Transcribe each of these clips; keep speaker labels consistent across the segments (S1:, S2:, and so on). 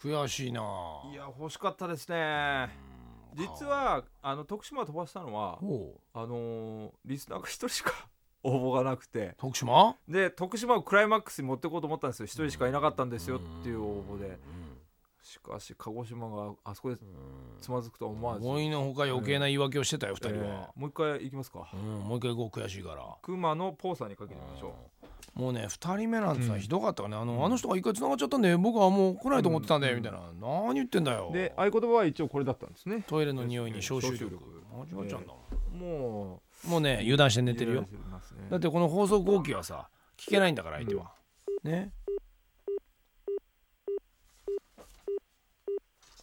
S1: 悔しいない
S2: や欲しかったですね実はあの徳島飛ばしたのは
S1: ほう
S2: あのーリスナーが一人しか応募がなくて
S1: 徳島
S2: で徳島をクライマックスに持ってこうと思ったんですよ一人しかいなかったんですよっていう応募でしかし鹿児島があそこでつまずくとは思わず、
S1: 思いのほか余計な言い訳をしてたよ二人
S2: え
S1: は
S2: ーもう一回行きますか
S1: うんもう一回行こう悔しいから
S2: 熊のポーさんにかけてみましょ
S1: もうね二人目なんてさ
S2: うん
S1: ひどかったからねあ
S2: うん
S1: のあの人が一回繋がっちゃったんで僕はもう来ないと思ってたんだよ
S2: うん
S1: みたいな何言ってんだ
S2: う、
S1: よ
S2: で合言葉は一応これだったんですね
S1: トイレの匂いに消臭
S2: 消
S1: 力
S2: 臭力
S1: 間違っちゃうんだも
S2: も
S1: んもうね油断して
S2: う
S1: 寝てるよ
S2: 入れられますね
S1: だってこの放送後期はさ聞けないんだから相手は、ね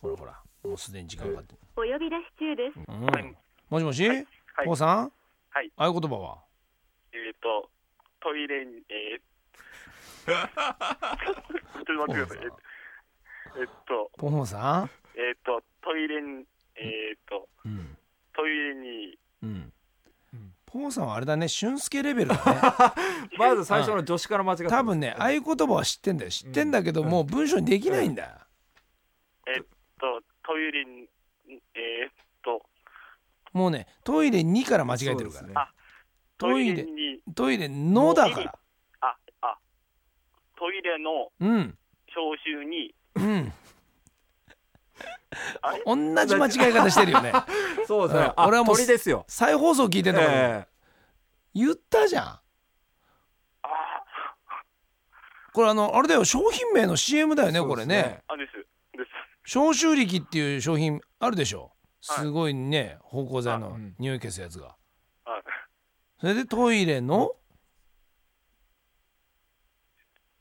S1: ほらほらもうすでに時間かかってる、
S3: お呼び出し中です。
S1: うん
S4: はい
S1: もしもし、
S4: はい
S1: ポーさん、
S4: はい
S1: 合言葉は
S4: えっ、と、トイレに、え ー、ちょっと待ってください。えっと、
S1: ポーさ
S4: えっと、トイレに、えっと、
S1: ん、うん
S4: トイレに、
S1: うん
S2: うん
S1: ポーさんはあれだね俊介レベル だ
S2: まず最初の女子から間違って
S1: ね
S2: ます
S1: 多分ね
S2: うん
S1: 合言葉は知ってんだよ知ってんだけど、
S2: うん
S1: もう文章にできないんだよ、
S4: と、トイレに、えー、と、
S1: もうねトイレ2から間違えてるか
S2: そう
S1: ら、
S2: ですね
S4: ト
S1: トイ
S4: イ
S1: レ
S4: レに、
S1: トイレのだから
S4: あ、あ、トイレの
S1: うん
S4: 消臭に、
S1: うん
S4: あれ
S1: 同じ間違い方してる よね
S2: そうですね、
S1: うん
S2: あ
S1: 俺はもう
S2: 鳥ですよ
S1: 再放送聞いてんだから、
S2: え
S1: 言ったじゃん
S4: あ
S1: これあのあれだよ商品名の CM だよね
S2: そう
S1: こ
S2: で
S1: れ
S2: すね
S1: ね
S4: あ、です、です。
S1: 消臭力っていう商品あるでしょ
S4: はい
S1: すごいね芳香剤
S2: あう
S1: の
S2: ん
S1: 匂い消すやつが
S4: はい。
S1: それでトイレの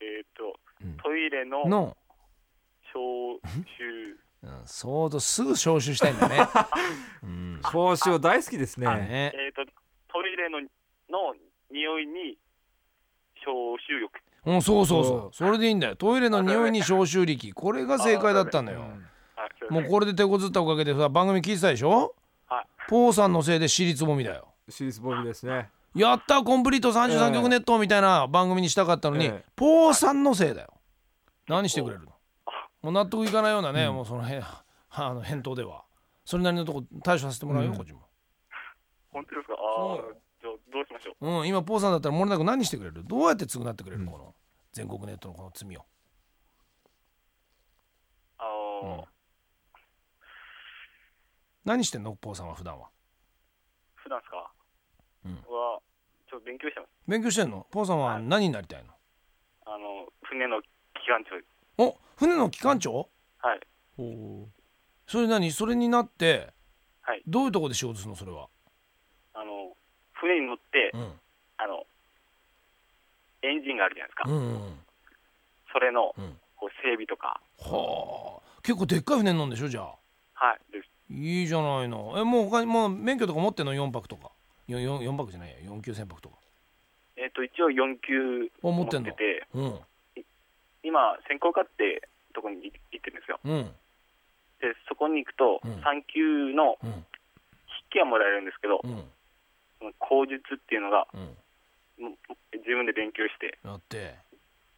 S4: えっと
S1: うん、
S4: トイレの
S1: の、
S4: 消臭、
S1: うん、相当すぐ消臭したいんだね、うん
S2: え報酬大好きですね
S1: ね
S4: えっと、トイレの、の匂いに、消臭力。
S1: うんそうそう
S2: そ
S1: そううそれでいいんだよトイレの匂いに消臭力これが正解だったのよ
S2: うん
S4: はいすい
S1: も
S4: ませ
S1: うんこれで手こずったおかげでさ番組聞いてたでしょ
S4: はい
S1: ポーさんのせいで尻つぼみだよ
S2: シリーズボビーですね
S1: やったコンプリート
S2: ええ
S1: 33曲ネットみたいな番組にしたかったのに、
S2: ええ
S1: ポーさんのせいだよ何してくれるのもう納得いかないようなね、
S2: うん
S1: もうその辺 あの返答ではそれなりのとこ対処させてもらうよ、
S2: うん
S1: こっちも、
S4: 本当ですかあ
S1: そ
S4: あ、じゃあどうしましょう。
S1: うん、今ポーさんだったらもれなく何してくれるどうやって償ってくれる、この全国ネットのこの罪を、
S4: あの
S1: うん何してんのポーさんは普段は
S4: 普段ですか、
S1: うん
S4: は、ちょっと勉強してます。
S1: 勉強してんのポーさんは何になりたい
S4: あの、船の機関長。
S1: のお船の機関長
S4: はい。
S1: それ何それになって、
S4: はい
S1: どういうとこで仕事するのそれは、
S4: あの、船に乗って、
S1: うん、
S4: あの、エンジンがあるじゃないですか。
S1: うんうんうん
S4: それの、
S1: うん
S4: こう整備とか。
S1: はあ結構でっかい船なんでしょじゃあ
S4: はい。です。
S1: いいじゃないのえもう他にもう免許とか持ってんの4泊とか 4, 四四泊じゃないや4級船泊とか
S4: えっ、と、一応4級
S1: お持
S4: 持
S1: っ
S4: ってて
S1: んの
S4: て、
S1: うん
S4: 今、先行課ってとこに行行ってるんですよ。
S1: うん
S4: で、そこに行くと、
S1: うん
S4: 3級の
S1: うん
S4: 筆記はもらえるんですけど
S1: う、ん
S4: その口述っていうのが、
S1: うん
S4: もう自分で勉強して、
S1: やって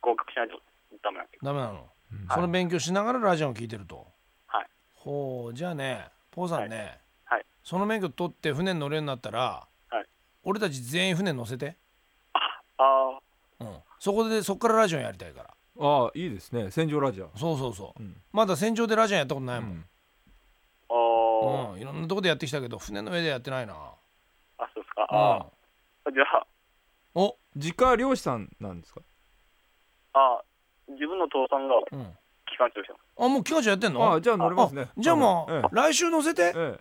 S4: 合格しないとダメなんですよ。
S1: ダメなの、
S2: うん
S1: その勉強しながらラジオを聞いてると
S4: はい
S1: ほうじゃあねポーさんね、
S4: はいはい
S1: その免許取って船に乗れるようになったら、
S4: はい
S1: 俺たち全員船に乗せて、
S4: ああ、
S1: うん、そこでそこからラジオやりたいから
S2: ああいいですね戦場ラジオ、
S1: そうそうそう
S2: うん
S1: まだ船上でラジオやったことないもん、
S4: ああ、
S1: うん、いろんなとこでやってきたけど船の上でやってないな
S4: あ、そうですか。ああ、じゃあ、
S1: うんお
S2: 実家は漁師さんなんですか
S4: ああ、自分の父さんが
S1: うん
S4: 機関長してます。
S1: あもう機関車やってんの
S2: あじゃあ乗れますね
S1: あじゃあもう、
S2: え
S1: 来週乗せて
S2: ええ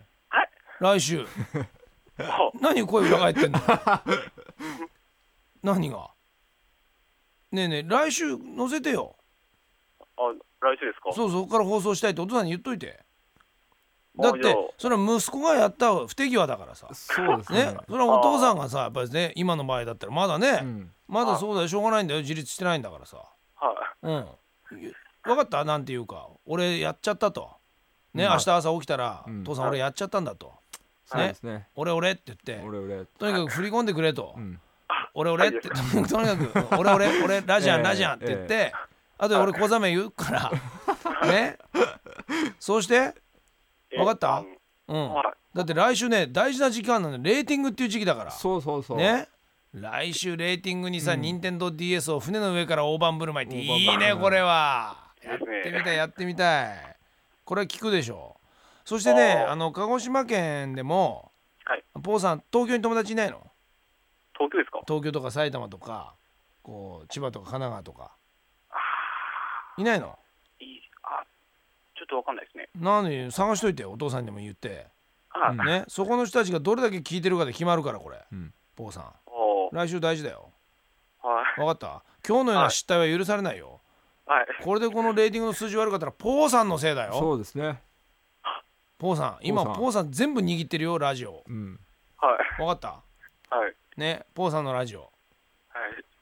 S1: 来週
S4: あ
S1: 何声裏返ってんの 何がねえねえ来週乗せてよ
S4: あ、来週ですか
S1: そうそこから放送したいってお父さんに言っといて
S4: あ
S1: だっ
S4: じゃあ
S1: てそれは息子がやった不手際だからさ
S2: えそうですね
S1: ね、それはお父さんがさやっぱりね今の場合だったらまだね、
S2: うん
S1: まだそうだよしょうがないんだよ自立してないんだからさ
S4: はい。
S1: うん、分かったなんていうか俺やっちゃったとね、
S2: うん
S1: 明日朝起きたら、
S2: うん
S1: 父さん俺やっちゃったんだと、
S2: そうですね
S1: 俺俺って言って
S2: 俺俺
S1: とにかく振り込んでくれと、
S2: うん
S1: 俺俺って とにかく俺俺俺ラジャン、
S2: ええ
S1: ラジャンって言って、あとで俺小ざめ言うから、ねそうして
S4: え
S1: わかった
S4: あの
S1: うん
S4: はい
S1: だって来週ね大事な時間なんでレーティングっていう時期だから
S2: そうそうそう
S1: ね来週レーティングにさ、
S2: うん
S1: 任天堂 d s を船の上から大盤振る舞いって
S2: 大盤
S1: いい
S2: 振る
S1: ね
S2: 舞い
S1: これはや
S4: で
S1: っ
S4: すね
S1: てみたいやってみたいこれは聞くでしょそしてね
S4: あー
S1: あの鹿児島県でも、
S4: はい
S1: ポーさん東京に友達いないの
S4: 東京ですか
S1: 東京とか埼玉とかこう千葉とか神奈川とかいないの
S4: いいあちょっとわかんないですね
S1: なのに探しといてお父さんにも言って、
S4: あ、
S2: うん
S1: ね、そこの人たちがどれだけ聞いてるかで決まるからこれ、
S2: うん
S1: ポーさん
S4: おー
S1: 来週大事だよ
S4: はい
S1: 分かった今日のような失態は許されないよ、
S4: はい
S1: これでこのレーティングの数字悪かったらポーさんのせいだよ
S2: そうですね
S1: ポーさん今
S2: ポーさん
S1: ポーさん全部握ってるよラジオ
S2: うん
S4: はい
S1: 分かった
S4: はい
S1: ねポーさんのラジオ
S4: はい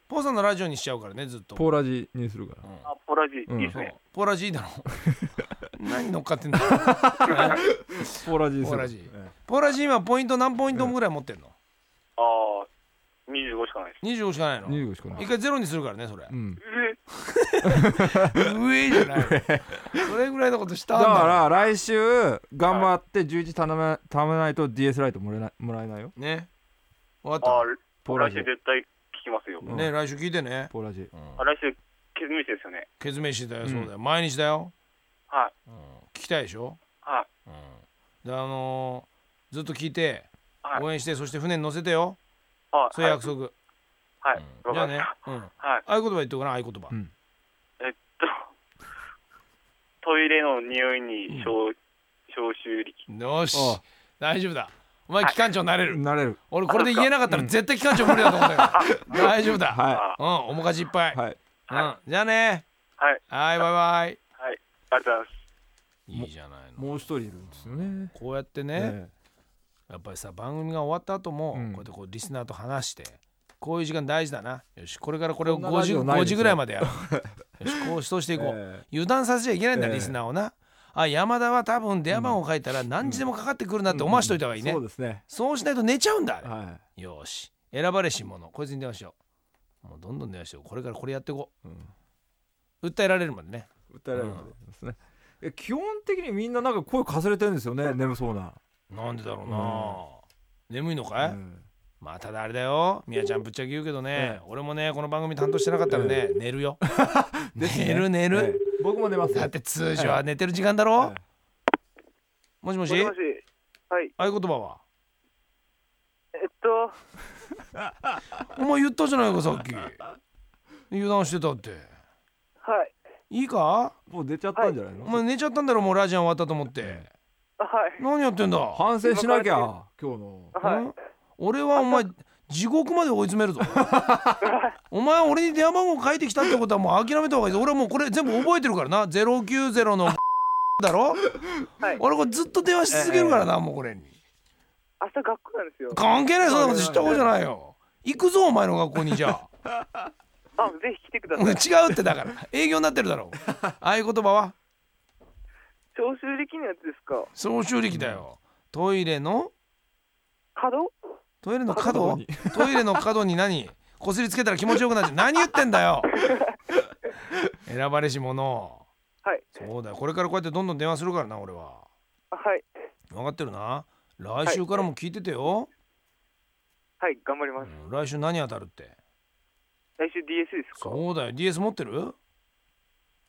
S1: ポーさんのラジオにしちゃうからねずっと
S2: ポーラジにするから
S1: うん
S4: あポラジいいです
S1: そう
S4: ね、
S1: ポーラジいいだろ 何乗っかってんだ
S2: ポーラジにす
S1: ポー
S2: る
S1: ラジ
S2: え
S1: ポーラジ今ポイント何ポイントもぐらい持ってんの
S4: ああ25しかないです
S1: 25しかないの
S2: え25しかない
S1: 一回ゼロにするからねそれ
S2: うん
S4: え
S1: 上じゃないそれぐらいのことした
S2: だ
S1: んだ
S2: から来週頑張って11頼め頼めないと DS ライトもらえないもらえないよ
S1: ね分
S4: あ
S1: かっ
S2: ポーラ
S4: 来
S2: ジ
S4: 週絶対聞きますよ、
S1: たね来週聞いてね
S2: ポーラジ
S4: あ来週ケズミシですよね
S1: ケズメしてだよ
S2: うん
S1: そうだよ毎日だよ
S4: はい
S1: 聞きたいでしょ
S4: はい
S1: であのーずっと聞いて
S4: はい
S1: 応援してそして船に乗せてよ
S4: あ
S1: そういう約束
S4: はい、
S1: じゃ
S4: わ
S1: あ
S4: かり
S1: ね
S4: ました
S1: うん
S4: はい
S1: 合言葉言っておかな合言葉
S2: うん
S4: えっとトイレの匂いに消,、消臭力
S1: よし
S2: ああ
S1: 大丈夫だお前機関長になれる
S2: なれる
S1: 俺これで言えなかったら絶対機関長無理だと思 ったから大丈夫だ
S2: は
S4: あ
S1: うんおもかじいっぱい
S2: いはい
S1: うんじゃあね
S4: はい
S1: はいバイバイ
S4: はいありがとうございます
S1: いいじゃないの
S2: もう一人いるんですよね
S1: こうやってね、
S2: え
S1: やっぱりさ番組が終わった後も、
S2: うん
S1: こうやってこうリスナーと話してこういう時間大事だなよしこれからこれを
S2: こんなラ
S1: 5
S2: ジ
S1: 時
S2: オない
S1: ,5
S2: です
S1: 時
S2: よ
S1: ぐらいまでやろ うよしこうそうしてい
S2: え
S1: こう、
S2: え
S1: 油断させちゃいけないんだ、
S2: ええ
S1: リスナーをなあ山田は多分電話番号書いたら何時でもかかってくるなって思わしといた方がいいね、
S2: そうですね
S1: そうしないと寝ちゃうんだあれ、
S2: は
S1: よし選ばれし者こいつに電話しようもうどんどん電話してこれからこれやっていこ
S2: い、うん、
S1: う訴えられるまでね
S2: 訴えられるまでですね、え基本的にみんななんか声かすれてるんですよね眠そうな、
S1: なんでだろうな、眠いのかい、
S2: うん
S1: まあただあれだよみやちゃんぶっちゃけ言うけどね、
S2: ええ
S1: 俺もねこの番組担当してなかったらね、寝るよ
S2: ですね
S1: 寝る寝
S2: ええ
S1: る、
S2: 僕も寝ます
S1: だって通常は寝てる時間だろ、
S2: え
S1: もしもし
S4: もしもしはい
S1: 合言葉は
S4: えっと
S1: お前言ったじゃないかさっき油断してたって
S4: はい
S1: いいか
S2: えもう出ちゃったんじゃないの、
S1: お前寝ちゃったんだろもうラジオ終わったと思って、
S2: え
S4: はい
S1: 何やってんだ、
S2: 反省しなきゃ今日の
S4: はい
S1: ん俺はお前地獄まで追い詰める ぞお前俺に電話番号書いてきたってことはもう諦めた方がいいぞ俺はもうこれ全部覚えてるからな090の だろ、
S4: はい
S1: 俺これずっと電話し続けるからな、もうこれに
S4: 明日学校なんですよ
S1: 関係ないそんなこと知ったことじゃないよ行くぞお前の学校にじゃあ
S4: あぜひ来てくだ
S1: うん
S4: さ
S1: 違
S4: いう
S1: ってだから営業になってるだろ うああいう言葉は
S4: 消臭力のやつですか
S1: 総集力だよトイレの
S4: 角
S1: トイレの角
S2: 角に
S1: トイレの角に何こすりつけたら気持ちよくなっちゃう何言ってんだよ選ばれし者
S4: はい
S1: そうだよこれからこうやってどんどん電話するからな俺は
S4: はい
S1: 分かってるな来週からも聞いててよ、
S4: はい頑張ります
S1: うん来週何当たるって
S4: 来週 DS ですか
S1: そうだよ DS 持ってる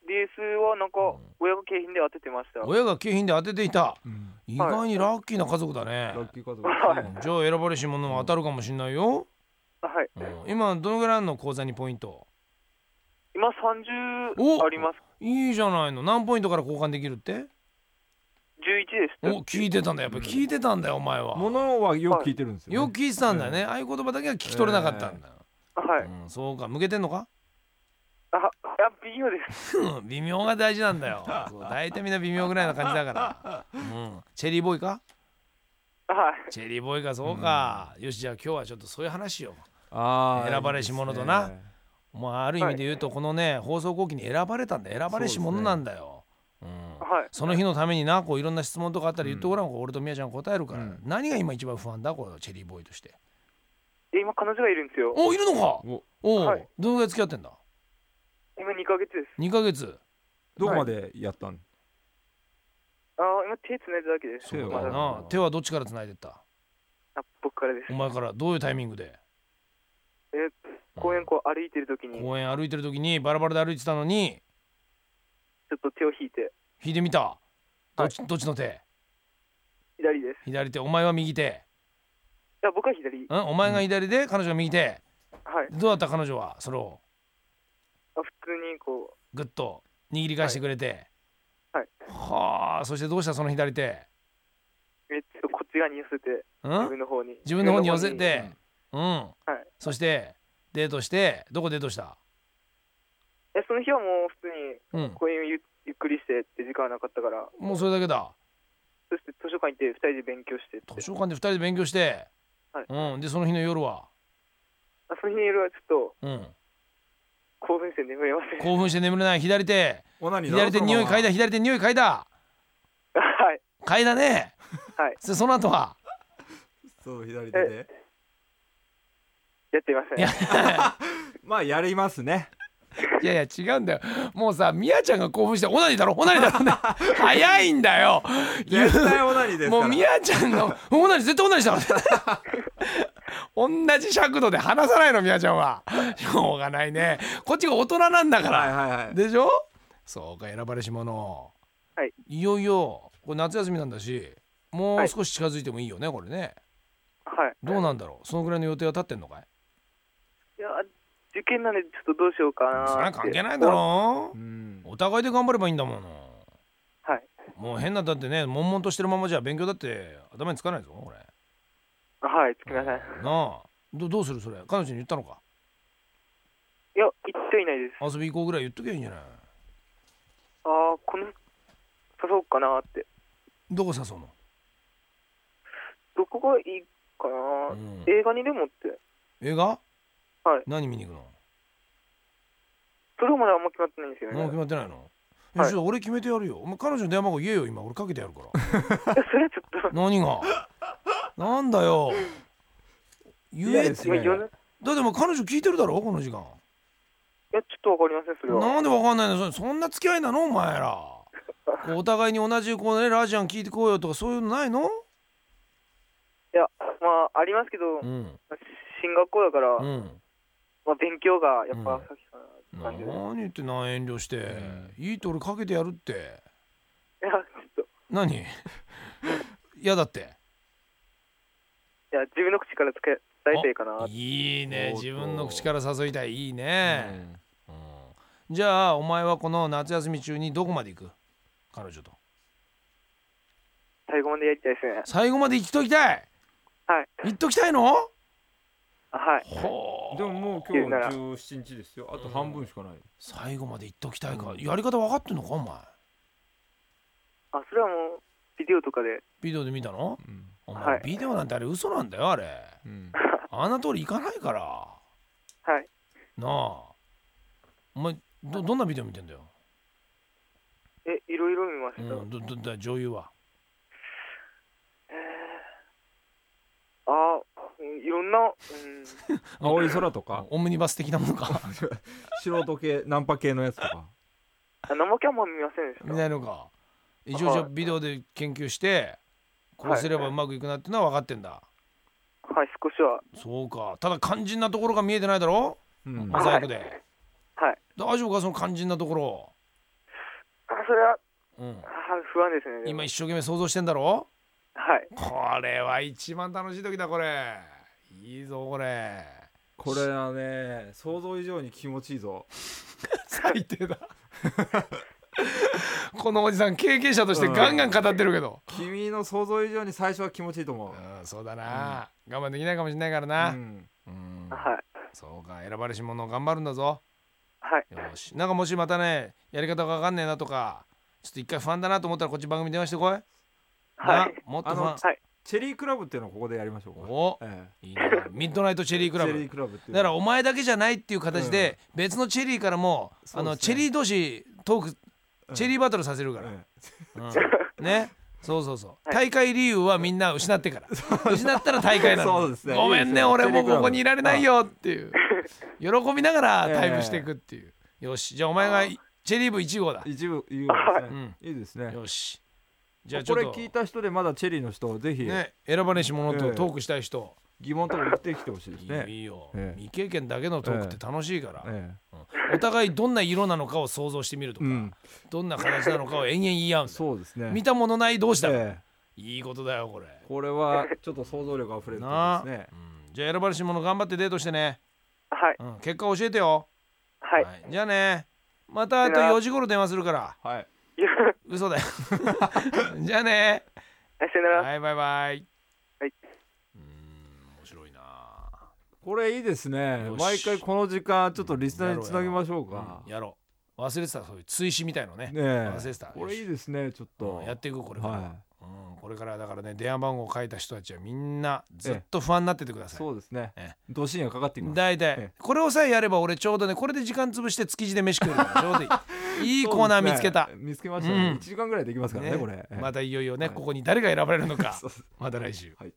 S4: DS はなんか親が景品で当ててましたはい
S1: 親が景品で当てていた
S2: うん
S1: 意外にラッキーな家族だね、
S2: ラッキーカード
S4: は
S1: じゃあ選ばれし者も当たるかもしんないよ、うん今どのぐらいあんの口座にポイント
S4: 今
S1: お
S4: 30あります
S1: いいじゃないの何ポイントから交換できるって
S4: 11です
S1: お聞いてたんだやっぱり聞いてたんだよお前は
S2: 物はよく聞いてるんですよ、ね
S1: よく聞いてたんだよね、ああいう言葉だけは聞き取れなかったんだ、
S4: はい
S1: うん、そうか向けてんのか
S4: ああ微妙です
S1: 微妙が大事なんだよそう大体みんな微妙ぐらいな感じだから、うん、チェリーボーイか
S4: はい
S1: チェリーボーイかそうか、よしじゃあ今日はちょっとそういう話を
S2: あー
S1: 選ばれし者とな
S2: ですね
S1: もうある意味で言うとこのね、放送後期に選ばれたんだ選ばれし者なんだよそ,、うん、
S4: はい
S1: その日のためになこういろんな質問とかあったら言ってごらん、俺とみやちゃん答えるから、
S2: うん
S1: 何が今一番不安だこれチェリーボーイとして
S4: え今彼女がいるんですよ
S1: おいるのか
S2: お
S1: おお、
S4: はい
S1: どのぐらい付き合ってんだ
S4: 今2ヶ月です
S1: 2ヶ月
S2: どこまでやったん、
S4: あ今手繋いだだけです
S1: そうだ
S2: 手は
S1: よ
S4: まだ
S1: な手はどっちから繋いでった
S4: あ僕からです
S1: お前からどういうタイミングで
S4: え公園こう歩いてる時にちょ
S1: 公園歩いてる時にバラバラで歩いてたのに
S4: っと手を引いて
S1: 引いてみたどっち,、
S4: は
S1: どっちの手
S4: 左ですい
S1: 左手お前は右手
S4: や僕は左
S1: うんお前が左で、彼女が右手
S4: はい
S1: どうだった彼女はそれを
S4: あ普通にこ
S1: グッと握り返してくれて
S4: はい
S1: はあそしてどうしたその左手
S4: うえちょっとこっち側に寄せて
S1: う
S4: 自
S1: ん
S4: 分の方に
S1: 自分の方に寄せ
S4: 自分の
S1: てうん、
S4: 方にはい
S1: そしてデートしてどこデートした
S4: えその日はもう普通に
S1: うん
S4: 公園をゆっゆっくりしてって時間はなかったから
S1: もうそれだけだ
S4: そして図書館行って二人で勉強してって
S1: 図書館で2人で勉強して、
S4: はい
S1: うんでその日の夜は
S4: あその日の夜はちょっと
S1: うん
S4: 興奮して眠れません
S1: 興奮して眠れない左手
S2: オナニーだろ
S1: 左手匂い嗅いだ左手匂い嗅いだ
S4: はい
S1: 嗅いだね
S4: はい
S1: そその後は
S2: そう左手で
S4: やっていません
S1: いや
S2: まあやりますね
S1: いやいや違うんだよもうさみやちゃんが興奮してオナニーだろオナニーだろって早いんだよ 言う
S2: 絶対オナニーですか
S1: も
S2: ら
S1: うみやちゃんのオナニー絶対オナニーしたろ同じ尺度で話さないのみやちゃんはしょうがないねこっちが大人なんだから、
S2: はいはいはい
S1: でしょそうか選ばれし者
S4: はい
S1: いよいよこれ夏休みなんだしも
S4: は
S1: う
S4: い
S1: 少し近づいてもいいよねこれね
S4: はい
S1: どうなんだろうそのぐらいの予定は立ってんのかい
S4: いや受験なんでちょっとどうしようかな
S1: それ
S4: ー
S1: は
S4: って
S1: 関係ないだろ
S2: うん
S1: お互いで頑張ればいいんだもの
S4: はい
S1: もう変なだってね悶々としてるままじゃ勉強だって頭につかないぞこれ
S4: はいつきません
S1: な
S4: い
S1: あどどうするそれ彼女に言ったのか
S4: や行ってはいないです
S1: 遊び行こうぐらい言っときゃいいんじゃない
S4: ああこの誘おうかなーって
S1: どこ誘うの
S4: どこがいいかなー、
S1: うん
S4: 映画にでもって
S1: 映画
S4: はい
S1: 何見に行くの
S4: それもまだあんま決まってないんですよね
S1: もう決まってないのいや
S4: はい
S1: ちょっと俺決めてやるよお前彼女の電話番号言えよ今俺かけてやるから
S4: い やそれはちょっと
S1: 何がなんだよ言え
S2: 嫌
S1: っ
S2: で
S1: て
S2: す
S4: 今
S2: ね
S4: 言わないい
S1: だってもう彼女聞いてるだろこの時間
S4: やちょっとわかりませんそれは
S1: なんでわかんないのそそんな付き合いなのお前ら こうお互いに同じこうねラジアン聞いてこうよとかそういうのないの
S4: いやまあありますけ
S1: う
S4: ど、
S1: ん
S4: 進学校だから、
S1: うん
S4: まあ、勉強がやっぱ
S1: うん
S4: 先かなって感じです、い
S1: 何言ってな遠慮して、
S2: ん
S1: いいと俺かけてやるって
S4: やちょっと
S1: 何嫌だって
S4: いや自分の口から伝えたいかなーって
S1: いいね
S2: おっと
S1: 自分の口から誘いたいいいね、うんじゃあお前はこの夏休み中にどこまで行く彼女と
S4: 最後までやりたいですね
S1: 最後まで行きときたい
S4: はい
S1: 行っときたいの
S4: あはい
S1: ほ
S2: でももう今日17日ですよあと半分しかない
S1: 最後まで行っときたいか、
S2: うん
S1: やり方分かってんのかお前
S4: あそれはもうビデオとかで
S1: ビデオで見たの
S2: うん
S1: お前、
S4: はい
S1: ビデオなんてあれ嘘なんだよあれ
S2: うん
S1: あんな通り行かないから
S4: はい
S1: なあお前どどんなビデオ見てんだよ、
S4: えいろいろ見ました、
S1: うん、どどど女優は
S4: あうんいろんな、うん、
S2: 青い空とか
S1: オムニバス的なものか
S2: 素人系ナンパ系のやつとか
S4: あ生キャンも見ませんでした
S1: 見 ないのか一応じゃあビデオで研究してこうすればうまくいくなってのは分かってんだ
S4: はい少しは
S1: そうかただ肝心なところが見えてないだろ
S2: うん
S1: モザイクで、
S4: はい
S1: 大丈夫かその肝心なところ、
S4: あそれは
S1: うん、
S4: あ不安ですねでも
S1: 今一生懸命想像してんだろ
S4: はい
S1: これは一番楽しい時だこれいいぞこれ
S2: これはね想像以上に気持ちいいぞ
S1: 最低だこのおじさん経験者としてガンガン語ってるけど、
S2: 君の想像以上に最初は気持ちいいと思う
S1: うんそうだな、我慢できないかもしれないからな、
S2: う
S1: うん
S2: ん
S4: はい
S1: そうか選ばれし者頑張るんだぞ
S4: はい
S1: よしなんかもしまたねやり方が分かんねえなとかちょっと一回不安だなと思ったらこっち番組電話してこい、
S4: はい
S1: なもっと
S2: あ
S1: 不
S2: の
S1: 安
S4: はい
S2: チェリークラブっていうのをここでやりましょうか
S1: お
S2: ええ
S1: いいなミッドナイトチェリークラ
S2: チェリ
S1: ブ
S2: ークラブっていう
S1: だからお前だけじゃないっていう形で別のチェリーからも、
S2: そう
S1: あ
S2: ですね
S1: のチェリー同士トーク
S2: うん
S1: チェリーバトルさせるから、
S2: え
S1: うんねそうそうそう大会理由はみんな失ってから失ったら大会なの
S2: そうですね
S1: ごめんね
S2: いいですよ
S1: 俺も
S2: チェリーク
S1: う
S2: ラブ
S1: ここにいられないよっていう喜びながらタイプしていくっていう、よしじゃあお前がチェリー部1号だ
S2: え、一部言うわけで
S1: は
S2: すねいいです
S1: うん、
S2: ね
S1: よしじゃあち
S2: これ
S1: ょっ
S2: 聞いた人でまだチェリーの人ぜ
S1: と
S2: ひ
S1: ね選ばれし者
S2: え
S1: と
S2: え
S1: トークしたい人
S2: 疑問とか言ってきてほしいです
S1: いいよ
S2: ね。
S1: いいよ
S2: ええ
S1: 未経験だけのトークって楽しいから
S2: え
S1: お互いどんな色なのかを想像してみると
S2: え、う
S1: か
S2: ん、
S1: どんな形なのかを延々言い合うんだ
S2: そうですね。
S1: 見たものない同士だから
S2: え
S1: いいことだよこれ
S2: えこれはちょっと想像力あふれるとこ
S1: なあ
S2: ろですね。
S1: うんじゃあ選ばれし者頑張ってデートしてね
S4: はい
S1: うん結果教えてよ
S4: はい
S1: はいじゃあねまたあと4時頃電話するから
S2: はい。
S4: いや
S1: 嘘 だよじゃあね
S4: さよなら
S1: はいバイバイ
S4: はい
S1: うん面白いな
S2: これいいですね
S1: よ。し
S2: 毎回この時間ちょっとリスナーにつなぎましょうか。
S1: やろう忘れてたそういう追試みたいのね
S2: ねえ
S1: 忘れてた
S2: これいいですね。ちょっと
S1: うんやっていくこれから、
S2: は
S1: うん、これからだからね電話番号を書いた人たちはみんなずっと不安になっててくだ
S2: い。
S1: さい、
S2: そうですね
S1: ええ。
S2: どしんがかかってきます。
S1: 大体、
S2: え
S1: これをさえやれば俺ちょうどねこれで時間潰して築地で飯食うからちょうどい いいいコーナー見つけた
S2: そう、ですね見つけましたね。
S1: うん
S2: 一時間ぐらいできますからね、
S1: ね
S2: これ。ええ
S1: またいよいよね、
S2: はい
S1: ここに誰が選ばれるのか
S2: そうです
S1: また来週
S2: はい。